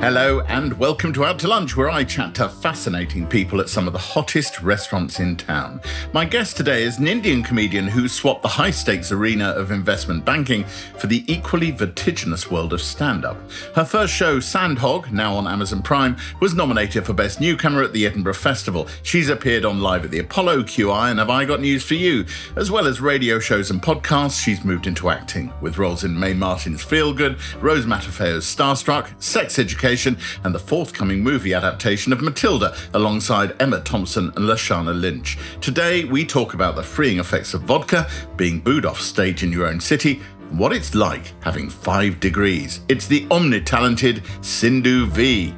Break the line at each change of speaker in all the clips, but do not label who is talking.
Hello and welcome to Out to Lunch, where I chat to fascinating people at some of the hottest restaurants in town. My guest today is an Indian comedian who swapped the high stakes arena of investment banking for the equally vertiginous world of stand up. Her first show, Sandhog, now on Amazon Prime, was nominated for Best Newcomer at the Edinburgh Festival. She's appeared on Live at the Apollo, QI, and Have I Got News for You? As well as radio shows and podcasts, she's moved into acting with roles in Mae Martin's Feel Good, Rose Matafeo's Starstruck, Sex Education and the forthcoming movie adaptation of Matilda alongside Emma Thompson and Lashana Lynch. Today, we talk about the freeing effects of vodka, being booed off stage in your own city, and what it's like having five degrees. It's the omni talented Sindhu V.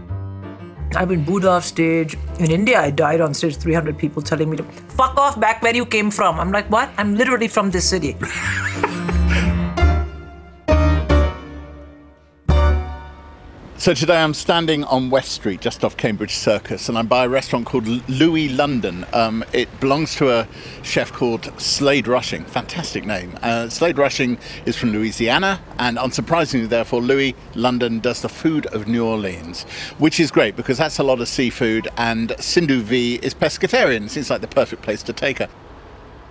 I've been booed off stage. In India, I died on stage, 300 people telling me to fuck off back where you came from. I'm like, what? I'm literally from this city.
So today I'm standing on West Street, just off Cambridge Circus, and I'm by a restaurant called Louis London. Um, it belongs to a chef called Slade Rushing. Fantastic name. Uh, Slade Rushing is from Louisiana, and unsurprisingly, therefore, Louis London does the food of New Orleans, which is great because that's a lot of seafood, and Sindhu V is pescatarian. Seems like the perfect place to take her.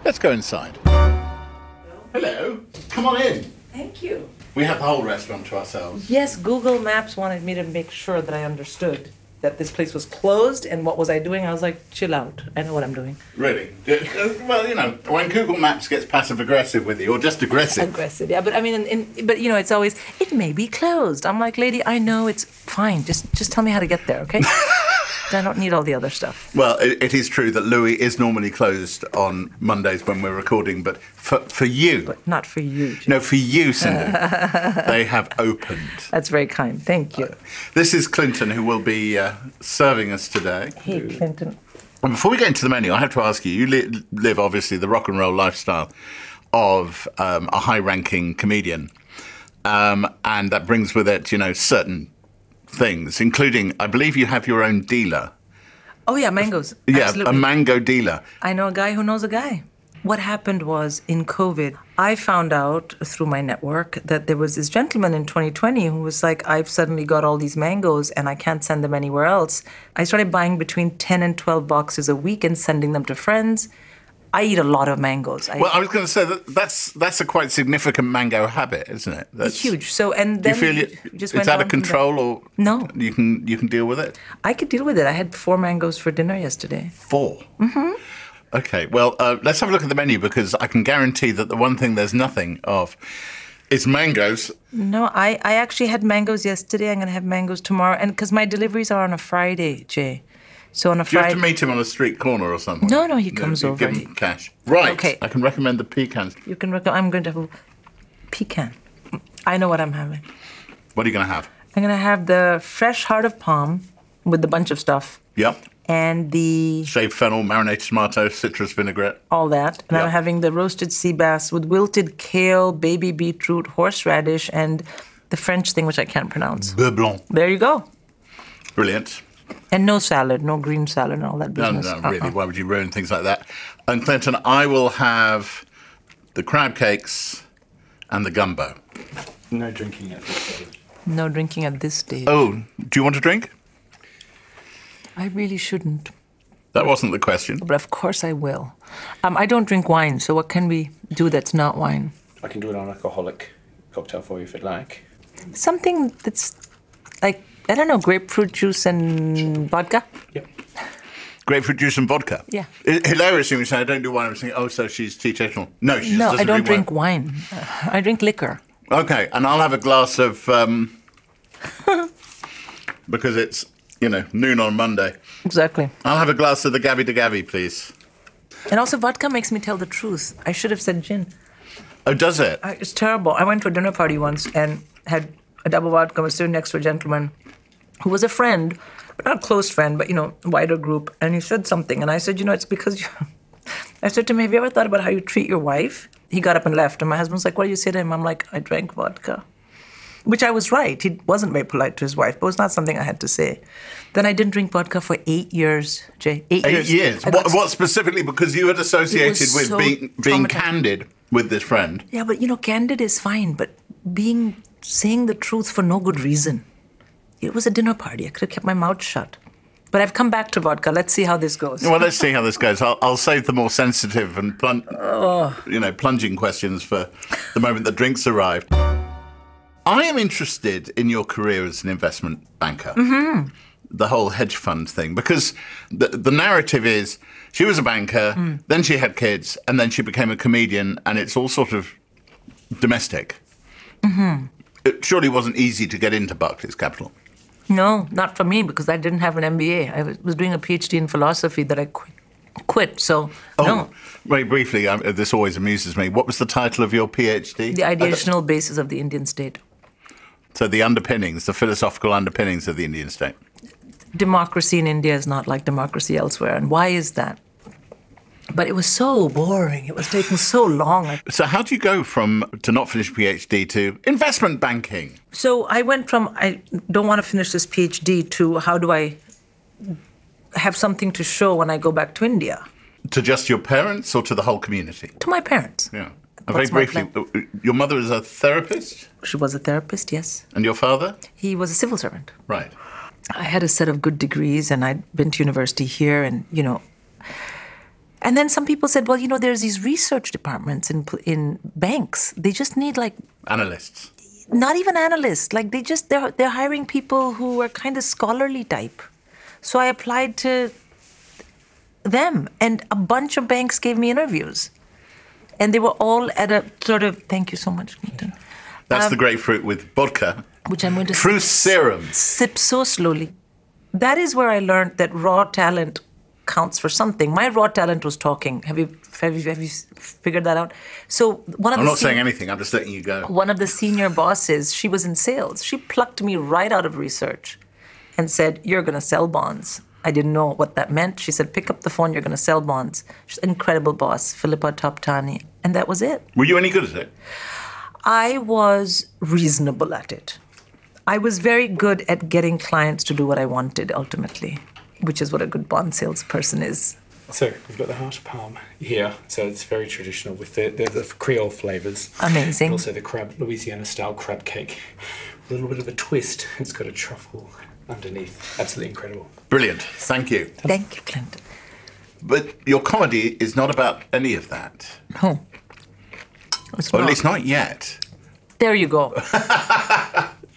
Let's go inside. Hello. Come on in.
Thank you.
We have the whole restaurant to ourselves.
Yes, Google Maps wanted me to make sure that I understood that this place was closed and what was I doing? I was like, chill out. I know what I'm doing.
Really? Uh, Well, you know, when Google Maps gets passive aggressive with you, or just aggressive.
Aggressive. Yeah, but I mean, in, in, but you know, it's always it may be closed. I'm like, lady, I know it's fine. Just just tell me how to get there, okay? I don't need all the other stuff.
Well, it, it is true that Louis is normally closed on Mondays when we're recording, but for, for you,
But not for you. Jim.
no, for you, Cindy, they have opened.
That's very kind. Thank you.
This is Clinton, who will be uh, serving us today.
Hey, Clinton.
And before we get into the menu, I have to ask you: you li- live obviously the rock and roll lifestyle of um, a high-ranking comedian, um, and that brings with it, you know, certain things, including, I believe, you have your own dealer.
Oh yeah, mangoes.
Yeah, um,
Absolutely.
a mango dealer.
I know a guy who knows a guy. What happened was in COVID, I found out through my network that there was this gentleman in 2020 who was like, I've suddenly got all these mangoes and I can't send them anywhere else. I started buying between 10 and 12 boxes a week and sending them to friends. I eat a lot of mangoes. I
Well, I was going to say that that's that's a quite significant mango habit, isn't it? That's
it's huge. So, and
Do
then
you feel
it
it,
just
it's
went
out
on
of
from there.
control, or
No.
You can you can deal with it.
I could deal with it. I had four mangoes for dinner yesterday.
4 Mm-hmm. Okay. Well, uh, let's have a look at the menu because I can guarantee that the one thing there's nothing of is mangoes.
No, I, I actually had mangoes yesterday. I'm going to have mangoes tomorrow. And because my deliveries are on a Friday, Jay. So on a
Do you
Friday.
have to meet him on a street corner or something?
No, no, he comes
you
over.
Give him cash. Right.
Okay.
I can recommend the pecans.
You can recommend. I'm going to have a pecan. I know what I'm having.
What are you going to have?
I'm going to have the fresh heart of palm with a bunch of stuff
Yep.
and the
Shaved fennel, marinated tomato, citrus vinaigrette.
all that. And I'm
Yeah.
having the roasted sea bass with wilted kale, baby beetroot, horseradish, and the French thing, which I can't pronounce.
Beurre blanc.
There you go.
Brilliant.
And no salad, no green salad, and all that
No,
business.
no, really.
Uh-uh.
Why would you ruin things like that? And Clinton, I will have the crab cakes and the gumbo.
No drinking at this stage.
No drinking at this stage.
Oh, do you want a drink? Uh,
I really shouldn't,
That wasn't the question.
but of course I will. Um, I don't drink wine, so what can we do that's not wine?
I can do an alcoholic cocktail for you if you'd like.
something that's like I don't know, grapefruit juice and vodka.
Yep.
Grapefruit juice and vodka.
Yeah.
It, hilarious when you say, I don't do wine. I was thinking, oh, so she's teetotal. No, she just
No, I
doesn't
don't
drink
drink wine. Uh, I drink liquor.
wine. Okay, and I'll have a glass of, um, because it's, you know, noon on Monday.
Exactly.
I'll have a glass of the Gabby de Gabby, please.
And also, vodka makes me tell the truth. I should have said gin.
Oh, does it?
I- It's terrible. I went to a dinner party once and had a double vodka. I was sitting next to a gentleman who was a friend, but not a close friend, but you know, wider group. And he said something, and I said, you know, it's because you. I said to him, have you ever thought about how you treat your wife? He got up and left, and my husband's like, what do you say to him? I'm like, I drank vodka. Which I was right. He wasn't very polite to his wife, but it was not something I had to say. Then I didn't drink vodka for eight years, Jay. Eight,
Eight
years.
years.
I got
What, what specifically? Because you had associated with
so
being, being
traumatising.
candid with this friend.
Yeah, but you know, candid is fine, but being saying the truth for no good reason It was a dinner party. I could have kept my mouth shut. But I've come back to vodka. Let's see how this goes.
Well, let's see how this goes. I'll, I'll save the more sensitive and plun- you know plunging questions for the moment the drinks arrive. I am interested in your career as an investment banker. The whole hedge fund thing, because the, the narrative is she was a banker, then she had kids, and then she became a comedian, and it's all sort of domestic. It surely wasn't easy to get into Barclays Capital.
No, not for me because I didn't have an MBA. I was- was doing a PhD in philosophy that I quit. Quit. So
Oh.
no,
very briefly, um, this always amuses me. What was the title of your PhD?
the
I don't-
ideational basis of the Indian state,
Uh, So the underpinnings, the philosophical underpinnings of the Indian state.
democracy in India is not like democracy elsewhere, and why is that? But it was so boring. It was taking so long. I
So how do you go from to not finish PhD to investment banking?
So I went from I don't want to finish this PhD to how do I have something to show when I go back to India
To just your parents or to the whole community?
to my parents.
Yeah. And very
What's my
briefly, uh, your mother is a therapist
She was a therapist, yes.
and your father?
He was a civil servant.
Right.
I had a set of good degrees and I'd been to university here and you know and then some people said well you know there's these research departments in pl- in banks they just need like
Analysts.
not even analysts like they just they're they're hiring people who are kind of scholarly type so I applied to them and a bunch of banks gave me interviews and they were all at a sort of thank you so much Clinton,
That's
Um,
the grapefruit with vodka.
which I'm going to
Truth serum.
sip so slowly. That is where I learned that raw talent counts for something. My raw talent was talking. Have you have you, have you figured that out? So one of
I'm
the
not
sen-
saying anything. I'm just letting you go.
one of the senior bosses, she was in sales. She plucked me right out of research and said, "You're going to sell bonds." I didn't know what that meant. She said, "Pick up the phone. You're going to sell bonds." She's an incredible boss, Philippa Toptani, and that was it.
Were you any good at it?
I was reasonable at it. I was very good at getting clients to do what I wanted ultimately, which is what a good bond salesperson is.
So we've got the harsh palm here. So it's very traditional with the, the, the Creole flavors.
Amazing.
And also the crab, Louisiana style crab cake. A little bit of a twist. It's got a truffle underneath. Absolutely incredible.
Brilliant. Thank you.
Thank you, Clinton.
But your comedy is not about any of that.
Oh. It's
Or at
not.
least not yet.
There you go.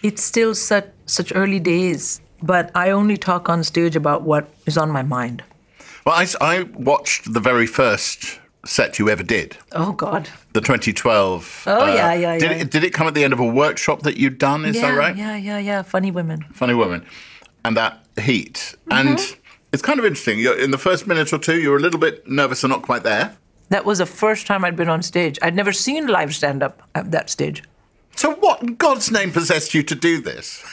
it's still such such early days, but I only talk on stage about what is on my mind.
Well, I, s- I watched the very first set you ever did,
Oh God.
the 2012.
Oh, yeah, yeah,
did
yeah.
It, did it come at the end of a workshop that you'd done? Is
yeah,
that right?
yeah, yeah, yeah. Funny women.
Funny Woman. And that heat.
Mm-hmm.
And it's kind of interesting. You're, in the first minute or two, you're a little bit nervous and not quite there.
That was the first time I'd been on stage. I'd never seen live stand up at that stage.
So, what in God's name possessed you to do this?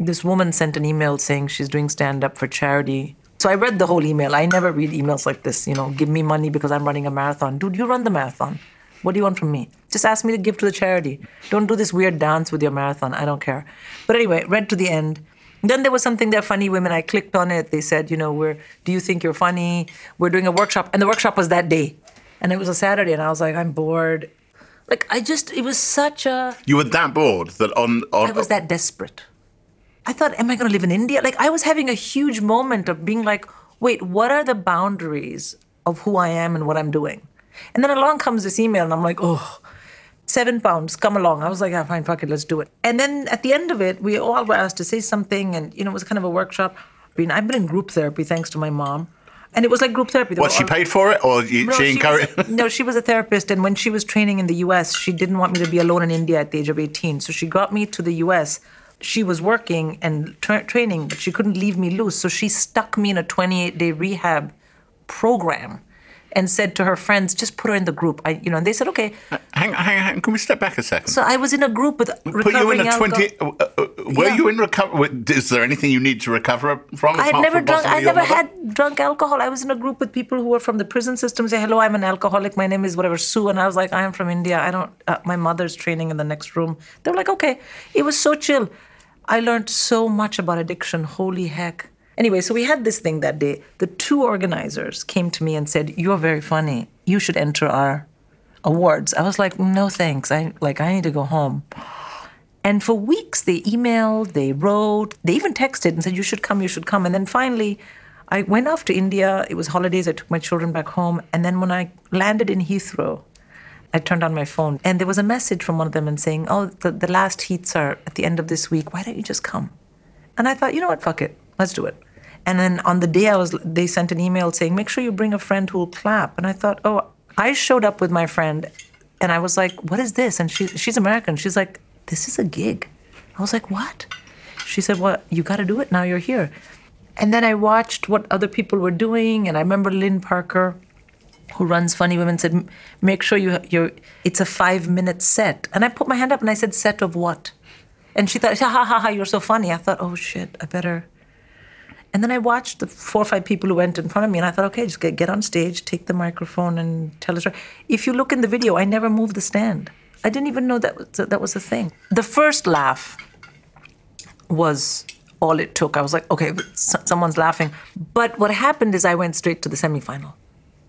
this woman sent an email saying she's doing stand up for charity. So I read the whole email. I never read emails like this, you know, give me money because I'm running a marathon. Dude, you run the marathon. What do you want from me? Just ask me to give to the charity. Don't do this weird dance with your marathon. I don't care. But anyway, read to the end. Then there was something there, funny women. I clicked on it. They said, you know, we're, do you think you're funny? We're doing a workshop. And the workshop was that day. And it was a Saturday. And I was like, I'm bored. Like, I just, it was such a,
You were that bored that on. on
I was that desperate. I thought, am I going to live in India? Like, I was having a huge moment of being like, wait, what are the boundaries of who I am and what I'm doing? And then along comes this email, and I'm like, oh, seven pounds, come along. I was like, ah, fine, fuck it, let's do it. And then at the end of it, we all were asked to say something, and, you know, it was kind of a workshop. I mean, I've been in group therapy thanks to my mom. And it was like group therapy. They
What,
were
she
all-
paid for it or you,
no,
she encouraged.
was a, no, she was a therapist, and when she was training in the U.S., she didn't want me to be alone in India at the age of 18. So she got me to the U.S. She was working and tra- training, but she couldn't leave me loose. So she stuck me in a 28-day rehab program, and said to her friends, "Just put her in the group." I, you know, and they said, "Okay."
hang, hang, hang, can we step back a second?
So I was in a group with
Uh, Put you in
recovering
a
alcohol-
twenty. Uh, uh, were
Yeah.
you in recovery? Is there anything you need to recover from?
I had
apart
never
from
drunk. I
possibly your
never
mother?
had drunk alcohol. I was in a group with people who were from the prison system. Say hello. I'm an alcoholic. My name is whatever Sue, and I was like, I am from India. I don't. Uh, my mother's training in the next room. They were like, okay. It was so chill. I learned so much about addiction. Holy heck. Anyway, so we had this thing that day. The two organizers came to me and said, "You're very funny. You should enter our awards." I was like, "No thanks. I like I need to go home." And for weeks, they emailed, they wrote, they even texted and said, You should come, you should come. And then finally, I went off to India. It was holidays. I took my children back home. And then when I landed in Heathrow, I turned on my phone and there was a message from one of them and saying, Oh, the, the last heats are at the end of this week. Why don't you just come? And I thought, you know what, fuck it. Let's do it. And then on the day I was, they sent an email saying, Make sure you bring a friend who will clap. And I thought, Oh, I showed up with my friend and I was like, What is this? And she, she's American. She's like, This is a gig. I was like, What? She said, Well, you got to do it now. You're here. And then I watched what other people were doing. And I remember Lynn Parker who runs Funny Women said, "M- "Make sure you you it's a five minute set." And I put my hand up and I said, "Set of what?" And she thought, "Ha ha ha! ha you're so funny." I thought, "Oh shit, I better." And then I watched the four or five people who went in front of me, and I thought, "Okay, just get, get on stage, take the microphone, and tell a story." If you look in the video, I never moved the stand. I didn't even know that was, that was a thing. The first laugh was all it took. I was like, "Okay, s- someone's laughing." But what happened is I went straight to the semifinal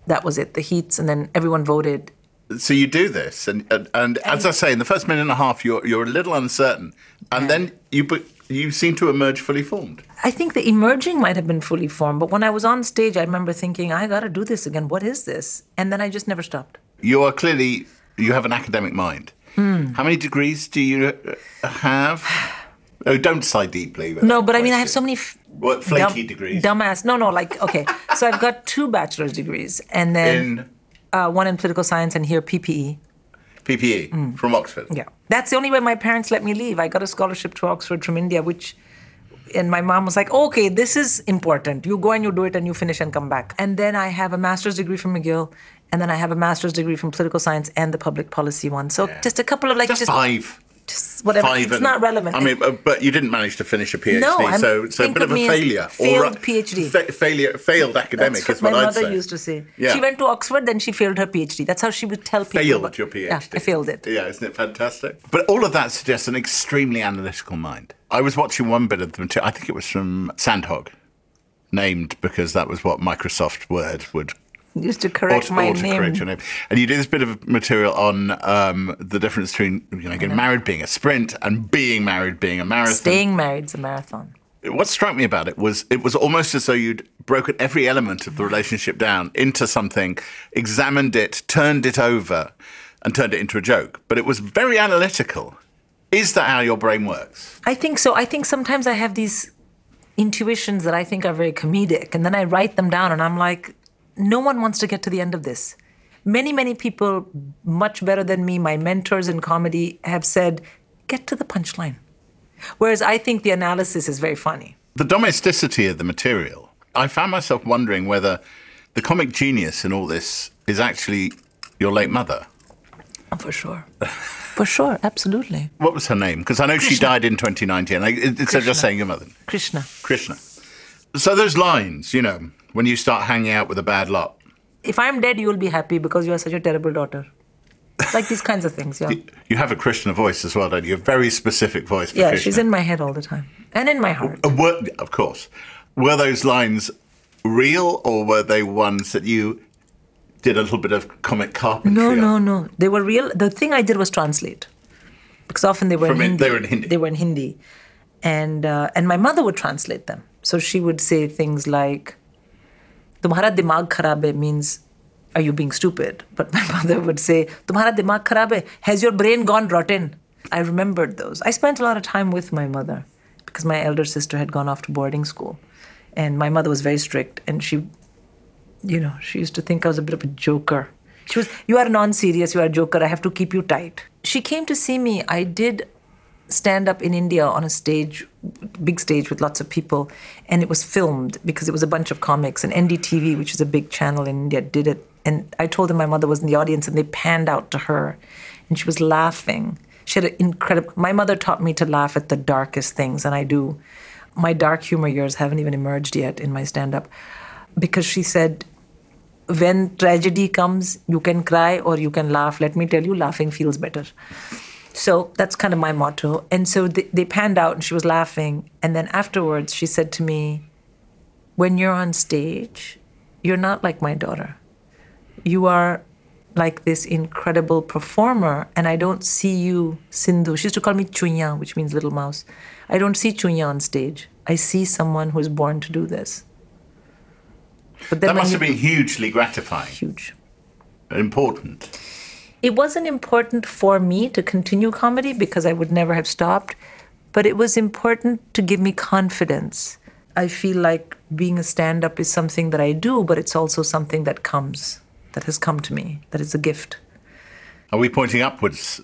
that was it the heats and then everyone voted
So you do this, and and, and as I say, in the first minute and a half, you're you're a little uncertain, and then you but you seem to emerge fully formed.
i think the emerging might have been fully formed but when i was on stage i remember thinking i gotta do this again what is this and then i just never stopped
You are clearly you have an academic mind.
Hmm.
How many degrees do you uh, have? Oh, don't sigh deeply.
no but i mean i have so many f-
What, flaky degrees?
dumbass no no like okay so i've got two bachelor's degrees and then
in
uh, one in political science and here E. ppe
PPE E from Oxford.
Hmm. Yeah. That's the only way my parents let me leave. I got a scholarship to Oxford from India, which, and my mom was like, okay, this is important. You go and you do it and you finish and come back. And then I have a master's degree from McGill, and then I have a master's degree from political science and the public policy one. So just a couple of like,
Just,
just,
five.
just whatever.
Five
it's
and-
not relevant.
I mean, uh, but you didn't manage to finish a PhD,
No, I'm-
so so a
think
bit
of
of a
me as
failure.
failed
a-
PhD.
fa- failure, failed academic
That's what
is what
my
I'd
mother
say.
used to say.
Yeah.
She went to Oxford, then she failed her PhD. That's how she would tell people.
failed
about-
your PhD.
Yeah, I failed it.
Yeah, isn't it fantastic? But all of that suggests an extremely analytical mind. I was watching one bit of the material, I think it was from Sandhog, named because that was what Microsoft Word would
Used to correct
auto-
my
autocorrect your
name.
name. And you did this bit of material on um, the difference between you know getting married being a sprint and being married being a marathon.
Staying married's a marathon.
What struck me about it was it was almost as though you'd broken every element of the relationship down into something, examined it, turned it over, and turned it into a joke. But it was very analytical. Is that how your brain works?
I think so. I think sometimes I have these intuitions that I think are very comedic, and then I write them down, and I'm like, no one wants to get to the end of this. Many, many people, much better than me, my mentors in comedy, have said, get to the punchline. Whereas I think the analysis is very funny.
The domesticity of the material. I found myself wondering whether the comic genius in all this is actually your late mother.
For sure. For sure, absolutely.
What was her name? Because I know she
Krishna.
died in 2019. I, it- it's just saying your mother.
Krishna.
Krishna. So those lines, you know, when you start hanging out with a bad lot.
If I'm dead, you'll be happy because you are such a terrible daughter. Like these kinds of things, yeah.
You have a Krishna voice as well, don't you? A very specific voice for
Yeah,
Krishna.
she's in my head all the time and in my heart.
Uh, were- of course. Were those lines real, or were they ones that you did a little bit of comic carpentry?
No,
on?
no, no. They were real. The thing I did was translate, because often they were
From
in Hindi.
in- they were in Hindi.
They were in Hindi, and uh, and my mother would translate them. So she would say things like, "Tumhara dimag kharab hai" means, "Are you being stupid?" But my mother would say, "Tumhara dimag kharab hai. Has your brain gone rotten?" I remembered those. I spent a lot of time with my mother because my elder sister had gone off to boarding school, and my mother was very strict, and she you know, she used to think I was a bit of a joker. She was, you are non serious, you are a joker, I have to keep you tight. She came to see me. I did stand up in India on a stage, big stage with lots of people, and it was filmed because it was a bunch of comics. And NDTV, which is a big channel in India, did it. And I told them my mother was in the audience, and they panned out to her, and she was laughing. She had an incredible. My mother taught me to laugh at the darkest things, and I do. My dark humor years haven't even emerged yet in my stand up because she said, when tragedy comes, you can cry or you can laugh. Let me tell you, laughing feels better. So that's kind of my motto. And so they, they panned out and she was laughing. And then afterwards, she said to me, When you're on stage, you're not like my daughter. You are like this incredible performer and I don't see you, Sindhu. She used to call me Chunya, which means little mouse. I don't see Chunya on stage. I see someone who's born to do this. But then
That
when
must
you-
have been hugely gratifying,
huge.
important.
It wasn't important for me to continue comedy because I would never have stopped, but it was important to give me confidence. I feel like being a stand up is something that I do, but it's also something that comes, that has come to me, that is a gift.
Are we pointing upwards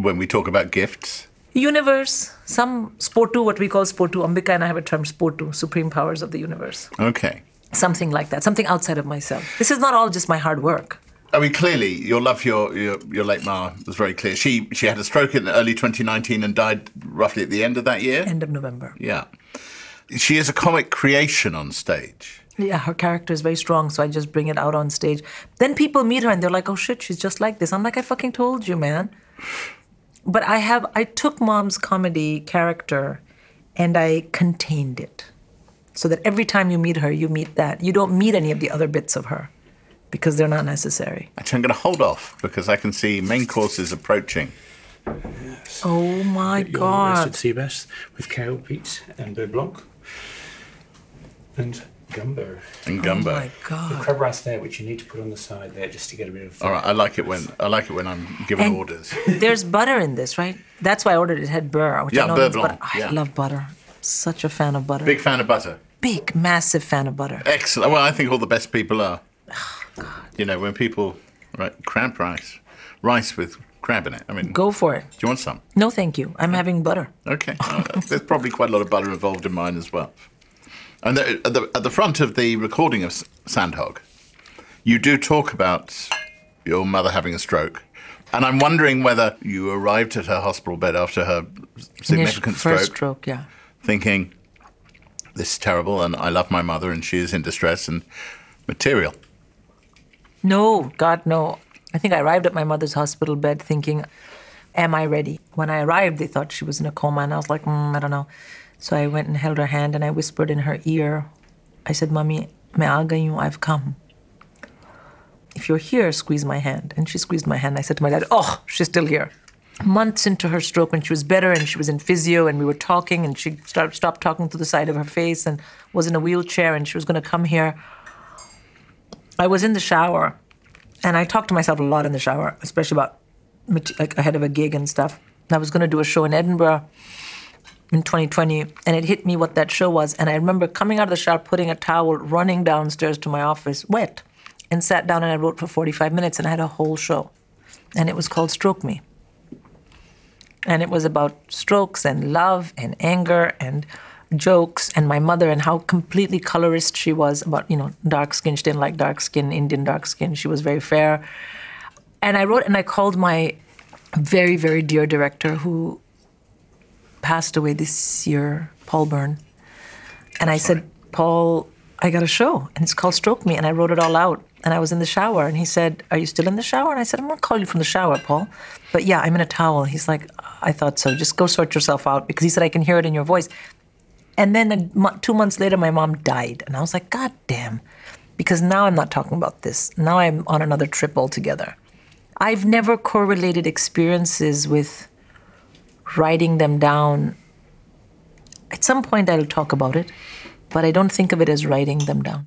when we talk about gifts?
Universe, some sportu, what we call sportu, Ambika and I have a term sportu, supreme powers of the universe.
Okay.
Something like that, something outside of myself. This is not all just my hard work.
I mean, clearly, your love for your, your, your late ma was very clear. She she had a stroke in early 2019 and died roughly at the end of that year.
End of November.
Yeah. She is a comic creation on stage.
Yeah, her character is very strong, so I just bring it out on stage. Then people meet her and they're like, "Oh shit, she's just like this." I'm like, "I fucking told you, man." But I have I took mom's comedy character and I contained it. So that every time you meet her, you meet that. You don't meet any of the other bits of her because they're not necessary.
Actually, I'm going to hold off because I can see main courses approaching.
Oh my
Your
god.
roasted sea bass with kale, peat, and beurre blanc, and gumbo.
And
Oh
gumbo.
my god.
Crab rice there, which you need to put on the side there just to get a bit of.
All right, I like it when I like it when I'm given
And-
orders.
There's butter in this, right? That's why I ordered it. It had burr, which
Yeah,
I know
beurre
means butter.
blanc,
I
yeah.
love butter. Such a fan of butter.
Big fan of butter.
big massive fan of butter.
Excellent. Well, I think all the best people are.
Oh,
You know, when people right crab rice, rice with crab in it. I mean,
Go for it.
do you want some?
No, thank you. I'm having butter.
Okay. Uh, There's probably quite a lot of butter involved in mine as well. And the, at, the, at the front of the recording of S- Sandhog, you do talk about your mother having a stroke. And I'm wondering whether you arrived at her hospital bed after her significant
Initial- first
stroke,
stroke, yeah.
thinking, this is terrible, and I love my mother, and she is in distress and material.
No, God, no. I think I arrived at my mother's hospital bed thinking, Am I ready? When I arrived, they thought she was in a coma, and I was like, mm, I don't know. So I went and held her hand and I whispered in her ear, I said, Mommy, मैं आ गई हूँ, I've come. If you're here, squeeze my hand. And she squeezed my hand. I said to my dad, Oh, she's still here. Months into her stroke, when she was better and she was in physio, and we were talking, and she started, stopped talking to the side of her face and was in a wheelchair, and she was going to come here. I was in the shower, and I talked to myself a lot in the shower, especially about mate- like ahead of a gig and stuff. And I was going to do a show in Edinburgh in 2020, and it hit me what that show was. And I remember coming out of the shower, putting a towel, running downstairs to my office, wet, and sat down and I wrote for 45 minutes, and I had a whole show, and it was called Stroke Me. And it was about strokes and love and anger and jokes and my mother and how completely colorist she was about, you know, dark skin. She didn't like dark skin, Indian dark skin. She was very fair. And I wrote and I called my very, very dear director who passed away this year, Paul Byrne. And I said, Paul, I got a show and it's called Stroke Me. And I wrote it all out. And I was in the shower and he said, Are you still in the shower? And I said, I'm going to call you from the shower, Paul. But yeah, I'm in a towel. He's like, I thought so. Just go sort yourself out because he said, I can hear it in your voice. And then a mo- two months later, my mom died. And I was like, God damn. Because now I'm not talking about this. Now I'm on another trip altogether. I've never correlated experiences with writing them down. At some point, I'll talk about it, but I don't think of it as writing them down.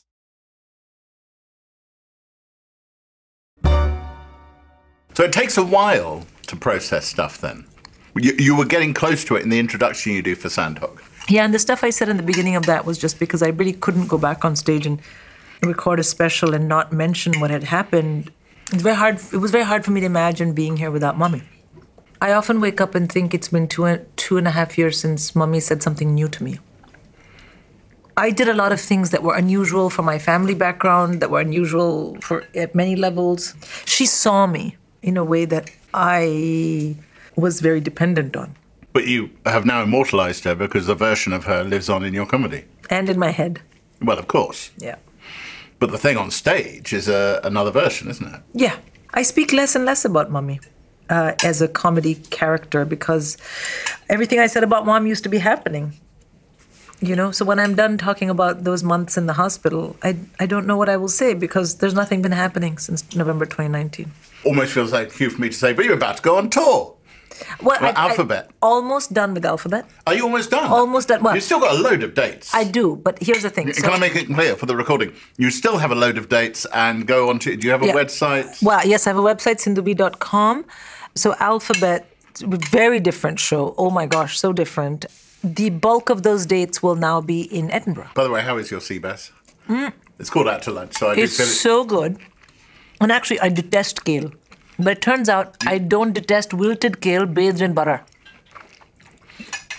So it takes a while to process stuff then. You, you were getting close to it in the introduction you do for Sandhog.
Yeah, and the stuff I said in the beginning of that was just because I really couldn't go back on stage and record a special and not mention what had happened. It's very hard. It was very hard for me to imagine being here without mommy. I often wake up and think it's been two and, two and a half years since mommy said something new to me. I did a lot of things that were unusual for my family background, that were unusual for at many levels. She saw me in a way that I was very dependent on,
But you have now immortalized her because a version of her lives on in your comedy.
and in my head.
Well, of course.
Yeah.
But the thing on stage is uh, another version, isn't it?
Yeah. I speak less and less about mommy uh, as a comedy character because everything I said about mom used to be happening. You know, so when I'm done talking about those months in the hospital, I, I don't know what I will say because there's nothing been happening since November 2019.
Almost feels like cue for me to say, but you're about to go on tour.
Well,
Well, Alphabet.
almost done with Alphabet.
Are you almost done?
Almost done. Well-
You've still got a load of dates.
I do, but here's the thing.
Can I make it clear for the recording? You still have a load of dates and go on to. Do you have a
Yeah.
website?
Well, yes, I have a website, sindubi.com. So Alphabet, very different show. Oh my gosh, so different. The bulk of those dates will now be in Edinburgh.
By the way, how is your CBAS? It's called Out to Lunch, so I do
Hmm? It's
feel it.
so good. And actually, I detest kale. But it turns out I don't detest wilted kale bathed in butter.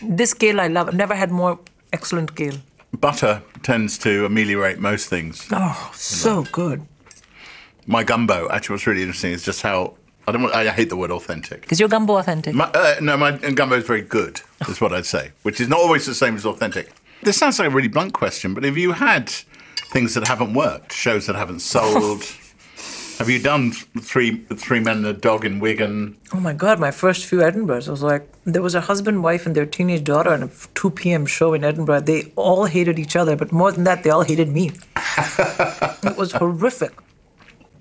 This kale I love. I've never had more excellent kale.
Butter tends to ameliorate most things.
Oh, so good.
My gumbo, actually, what's really interesting is just how. I don't. Want, I hate the word authentic.
Is your gumbo authentic?
My, uh, no, my gumbo is very good, is what I'd say, which is not always the same as authentic. This sounds like a really blunt question, but have you had things that haven't worked, shows that haven't sold? have you done th- three three men and a dog in Wigan?
Oh my God, my first few Edinburghs. I was like, there was a husband, wife, and their teenage daughter on a 2 p.m. show in Edinburgh. They all hated each other, but more than that, they all hated me. it was horrific.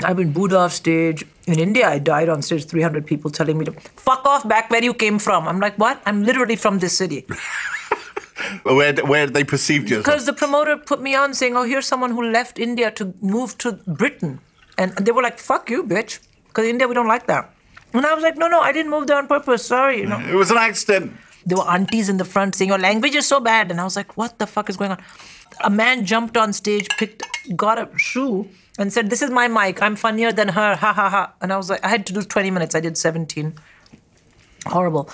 I've been booed off stage. In India, I died on stage, 300 people telling me to fuck off back where you came from. I'm like, what? I'm literally from this city.
Where d- where they perceived you? as-
Because the promoter put me on saying, oh, here's someone who left India to move to Britain. And they were like, fuck you, bitch. Because India, we don't like that. And I was like, no, no, I didn't move there on purpose. Sorry, you know.
It was an accident.
there were aunties in the front saying your language is so bad and i was like what the fuck is going on a man jumped on stage picked got a shoe and said this is my mic i'm funnier than her ha ha ha and i was like i had to do 20 minutes i did 17 horrible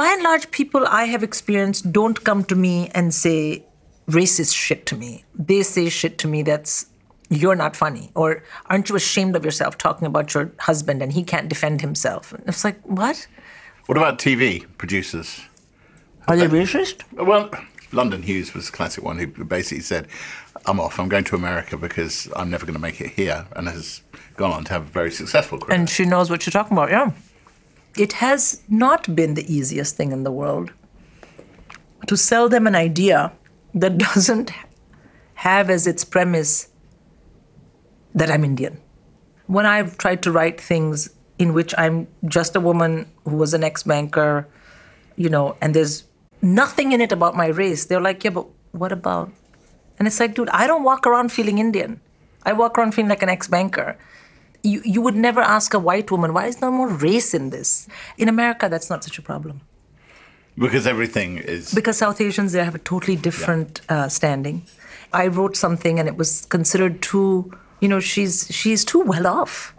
by and large people i have experienced don't come to me and say racist shit to me they say shit to me that's you're not funny or aren't you ashamed of yourself talking about your husband and he can't defend himself and it's like what
What about TV producers?
are they racist
Well, London Hughes was a classic one who basically said, "I'm off. I'm going to America because I'm never going to make it here," and has gone on to have a very successful career.
and she knows what she's talking about. Yeah. It has not been the easiest thing in the world to sell them an idea that doesn't have as its premise that I'm Indian. When I've tried to write things in which I'm just a woman who was an ex banker, you know, and there's nothing in it about my race, they're like, yeah, but what about? And it's like, dude, I don't walk around feeling Indian. I walk around feeling like an ex banker you, you would never ask a white woman, why is there more race in this? In America, that's not such a problem.
because everything is
Because South Asians, they have a totally different uh, standing. I wrote something and it was considered too, you know, she's, she's too well off.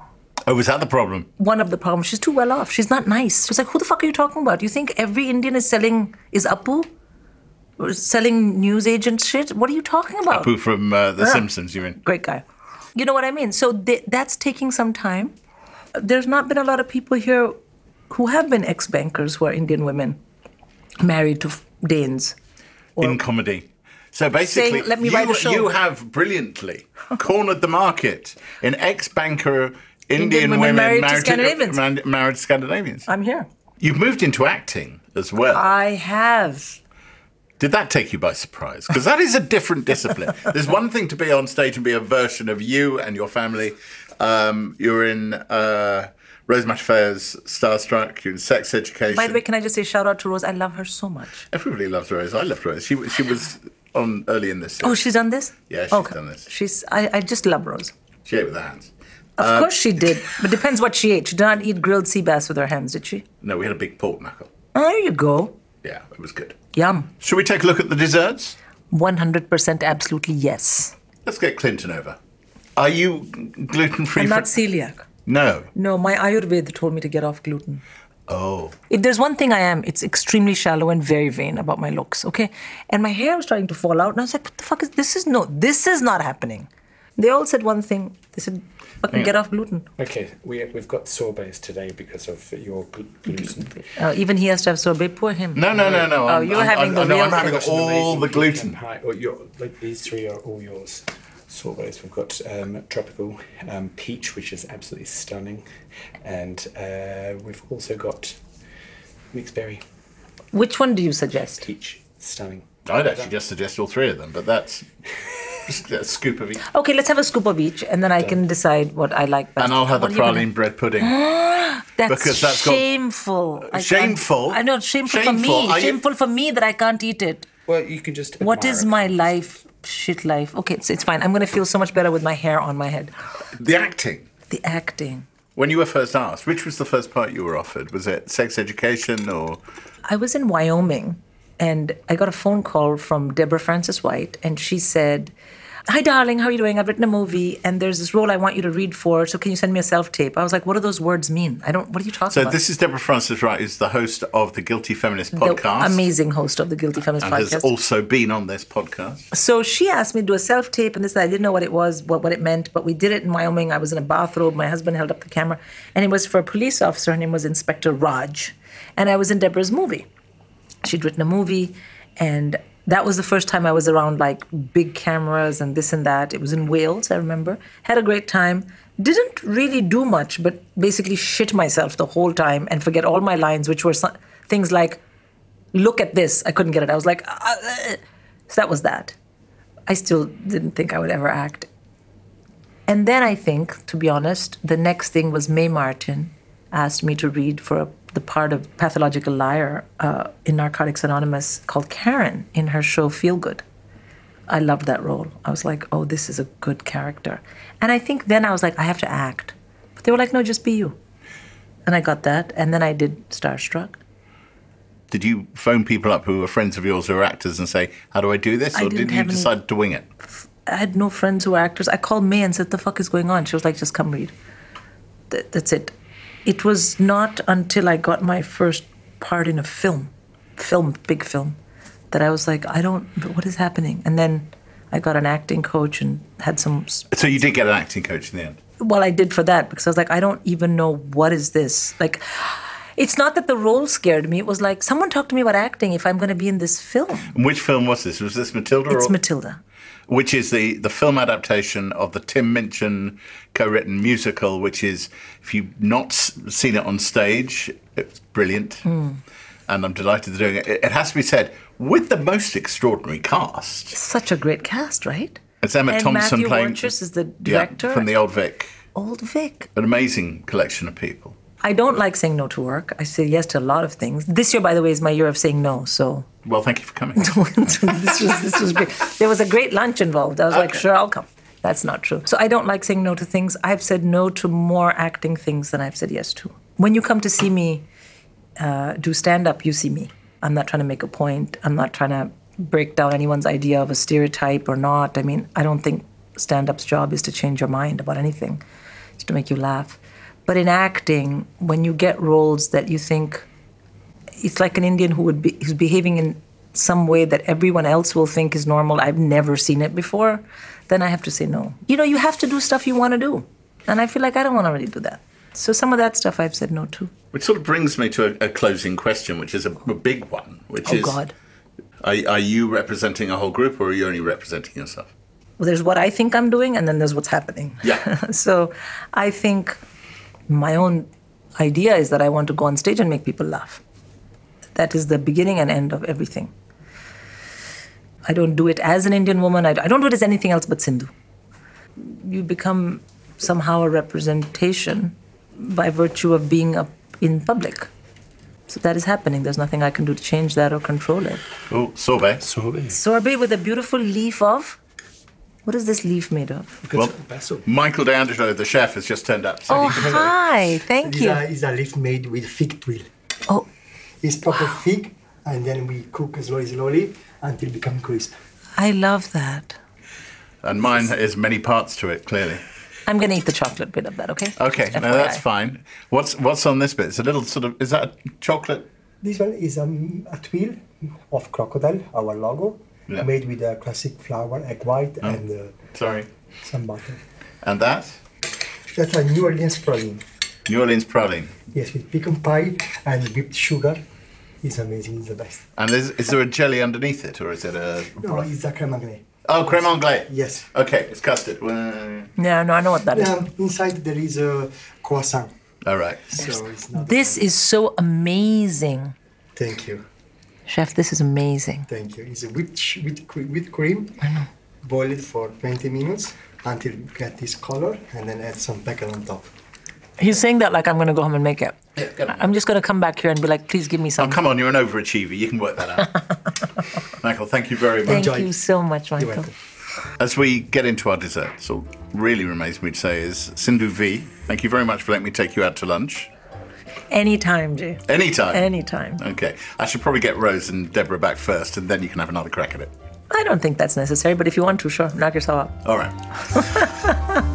Oh, was that the problem?
One of the problems, she's too well off. She's not nice. She's like, who the fuck are you talking about? You think every Indian is selling, is Apu? Or Selling news agent shit? What are you talking about?
Who from uh, The
Yeah.
Simpsons? You mean?
great guy. You know what I mean? So th- that's taking some time. There's not been a lot of people here who have been ex bankers who are Indian women married to f- Danes.
in comedy. So basically,
Saying, "Let me
you,
write a show."
you have brilliantly cornered the market in ex-banker Indian,
women
women
married to Scandinavians.
man- married to Scandinavians.
I'm Ah. here.
You've moved into acting as well.
I have.
Did that take you by surprise? Because that is a different discipline. There's one thing to be on stage and be a version of you and your family. Um, you're in uh, Rose Matafea's Starstruck. You're in Sex Education.
By the way, can I just say shout out to Rose? I love her so much.
Everybody loves Rose. I loved Rose. She, she was on early in this.
Oh, she's done this?
Yeah, she's done this.
She's. I, I just love Rose.
She ate with her hands.
Of
Uh,
course she did, but depends what she ate. She did not eat grilled sea bass with her hands, did she?
No, we had a big pork knuckle.
There you go.
Yeah, it was good.
Yum.
Should we take a look at the desserts?
100% absolutely yes.
Let's get Clinton over. Are you gluten free?
I'm not celiac.
No.
No, my Ayurveda told me to get off gluten.
Oh.
If there's one thing I am, it's extremely shallow and very vain about my looks, okay? And my hair was starting to fall out, and I was like, what the fuck is this? Is no, this is not happening. They all said one thing. They said, fucking get off gluten.
Okay, we, we've got sorbets today because of your gl- gluten.
Uh, even he has to have sorbet. Poor him.
No, no, no, no.
Oh, you're having the
no,
real
I'm having
Gosh,
all
amazing
the gluten.
pie. Well, your, like, these three are all yours. Sorbets. We've got um, tropical um, peach, which is absolutely stunning, and uh, we've also got mixed berry
Which one do you suggest?
peach. Stunning.
I'd actually just suggest all three of them, but that's just a scoop of each.
Okay, let's have a scoop of each, and then I can decide what I like best.
And I'll have the
What are you gonna-
praline bread pudding.
That's
because that's got-
shameful. I can't-
Shameful?
I know, shameful,
Shameful.
for me.
Are you-
Shameful for me that I can't eat it.
Well, you can just.
What
admire
is
it.
my life? Shit life. Okay, it's, it's fine. I'm going to feel so much better with my hair on my head.
The acting.
The acting.
When you were first asked, which was the first part you were offered? Was it sex education or
I was in Wyoming and I got a phone call from Deborah Francis White, and she said, Hi, darling, how are you doing? I've written a movie, and there's this role I want you to read for, so can you send me a self tape? I was like, What do those words mean? I don't, what are you talking
So
about?
this is Deborah Francis Wright, who's the host of the Guilty Feminist
the
podcast.
amazing host of the Guilty Feminist
And
podcast.
has also been on this podcast.
so she asked me to do a self tape and this. And I didn't know what it was, what, what it meant, but we did it in Wyoming. I was in a bathrobe. My husband held up the camera, and it was for a police officer. Her name was Inspector Raj, and I was in Deborah's movie. She'd written a movie, and that was the first time I was around like big cameras and this and that. It was in Wales, I remember. Had a great time. Didn't really do much, but basically shit myself the whole time and forget all my lines, which were so- things like, "Look at this." I couldn't get it. I was like, "Ah, ah, ah." so that was that. I still didn't think I would ever act. And then I think, to be honest, the next thing was Mae Martin asked me to read for a, the part of pathological liar uh, in Narcotics Anonymous called Karen in her show Feel Good. I loved that role. I was like, oh, this is a good character. And I think then I was like, I have to act. But they were like, no, just be you. And I got that. And then I did Starstruck.
Did you phone people up who were friends of yours who are actors and say, How do I do this?
I
or
didn't
did you
have any-
decide to wing it?
I had no friends who were actors. I called May and said, "The fuck is going on?" She was like, "Just come read." Th- that's it. It was not until I got my first part in a film, film, big film, that I was like, "I don't. What is happening?" And then I got an acting coach and had some. s-
So you did get an acting coach in the end.
Well, I did for that because I was like, "I don't even know what is this." Like, it's not that the role scared me. It was like someone talked to me about acting if I'm going to be in this film.
And which film was this? Was this Matilda
It's
or
Matilda.
which is the, the film adaptation of the Tim Minchin co written musical, which is if you've not s- seen it on stage, it's brilliant.
Hmm.
And I'm delighted they're doing it. It it has to be said, with the most extraordinary cast.
Such a great cast, right?
It's Emma
and
Thompson
Matthew
playing.
Warchus is the
Yeah,
director.
from the Old Vic.
Old Vic.
An amazing collection of people.
I don't like saying no to work. I say yes to a lot of things. This year, by the way, is my year of saying no. So
Well, thank you for coming.
this was this was great. There was a great lunch involved. I was like,
Okay.
sure, I'll come. That's not true. So I don't like saying no to things. I've said no to more acting things than I've said yes to. When you come to see me uh, do stand up, you see me. I'm not trying to make a point. I'm not trying to break down anyone's idea of a stereotype or not. I mean, I don't think stand up's job is to change your mind about anything, it's to make you laugh. But in acting, when you get roles that you think, it's like an Indian who would be who's behaving in some way that everyone else will think is normal. I've never seen it before. Then I have to say no. You know, you have to do stuff you want to do, and I feel like I don't want to really do that. So some of that stuff I've said no to. Oh
which sort of brings me to a, a closing question, which is a, a big one, which
Oh
is
God.
Are, are you representing a whole group or are you only representing yourself?
There's what I think I'm doing, and then there's what's happening.
Yeah.
so I think my own idea is that I want to go on stage and make people laugh. That is the beginning and end of everything. I don't do it as an Indian woman. I, I don't do it as anything else but Sindhu. You become somehow a representation by virtue of being up in public. So that is happening. There's nothing I can do to change that or control it.
Oh, sorbet.
Sorbet.
Sorbet with a beautiful leaf of. What is this leaf made of?
Well, basil.
Michael D'Angelo, the chef, has just turned up. So
Oh, hi. Thank
It's
you.
a, is a leaf made with fig twill.
Oh,
It's proper fig, and then we cook slowly, slowly until it become crisp.
I love that.
And mine has many parts to it, clearly.
I'm gonna eat the chocolate bit of that. Okay.
Okay,
Just
no, that's
FYI.
fine. What's what's on this bit? It's a little sort of is that a chocolate?
This one is um, a twill of crocodile, our logo,
Yeah.
made with a classic flour, egg white, and uh,
Sorry,
some butter.
and that
That's a New Orleans praline.
New Orleans praline.
Yes, with pecan pie and whipped sugar. It's amazing. It's the best.
And is, is there a jelly underneath it, or is it a?
No, it's a creme anglaise.
Oh, creme anglaise.
Yes.
Okay, it's custard. Well,
Yeah. No, I know what that is.
Um, inside there is a croissant.
All right.
So it's not.
This is so amazing,
Thank you.
chef. This is amazing.
Thank you. It's a whipped, sh- whipped, cre- whipped cream. Boil it for 20 minutes until you get this color and then add some pecan on top.
He's saying that like I'm gonna go home and make it.
go on.
I'm just gonna come back here and be like, please give me
Oh,
some.
come on, you're an overachiever. You can work that out. Michael, thank you very much.
Thank
Enjoy.
you so much,
You're
Michael.
welcome.
As we get into our desserts, all really remains for me to say is Sindhu V, thank you very much for letting me take you out to lunch.
Anytime, Jay.
Anytime.
Anytime.
okay. I should probably get Rose and Deborah back first, and then you can have another crack at it.
I don't think that's necessary, but if you want to, sure, knock yourself out.
All right.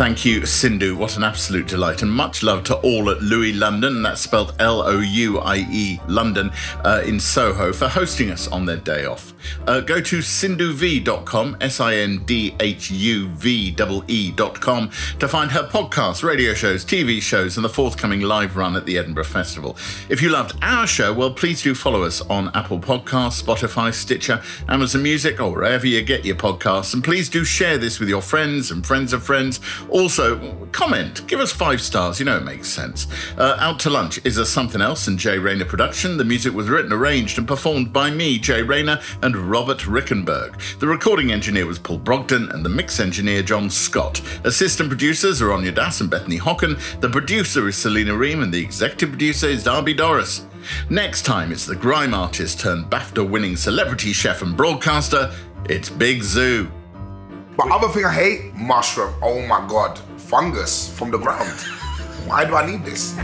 Thank you, Sindhu. What an absolute delight. And much love to all at Louis London, that's spelled L O U I E London, uh, in Soho, for hosting us on their day off. Uh, go to sindhuv.com, S I N D H U V E E.com, to find her podcasts, radio shows, TV shows, and the forthcoming live run at the Edinburgh Festival. If you loved our show, well, please do follow us on Apple Podcasts, Spotify, Stitcher, Amazon Music, or wherever you get your podcasts. And please do share this with your friends and friends of friends. Also, comment, give us five stars. You know it makes sense. Uh, Out to Lunch is a something else and Jay Rayner production. The music was written, arranged, and performed by me, Jay Rayner, and Robert Rickenberg. The recording engineer was Paul Brogdon, and the mix engineer, John Scott. Assistant producers are Anya Das and Bethany Hocken. The producer is Selena Ream, and the executive producer is Darby Doris. Next time, it's the grime artist turned BAFTA winning celebrity chef and broadcaster. It's Big Zoo.
But other thing I hate, mushroom. Oh my god, fungus from the ground. Why do I need this?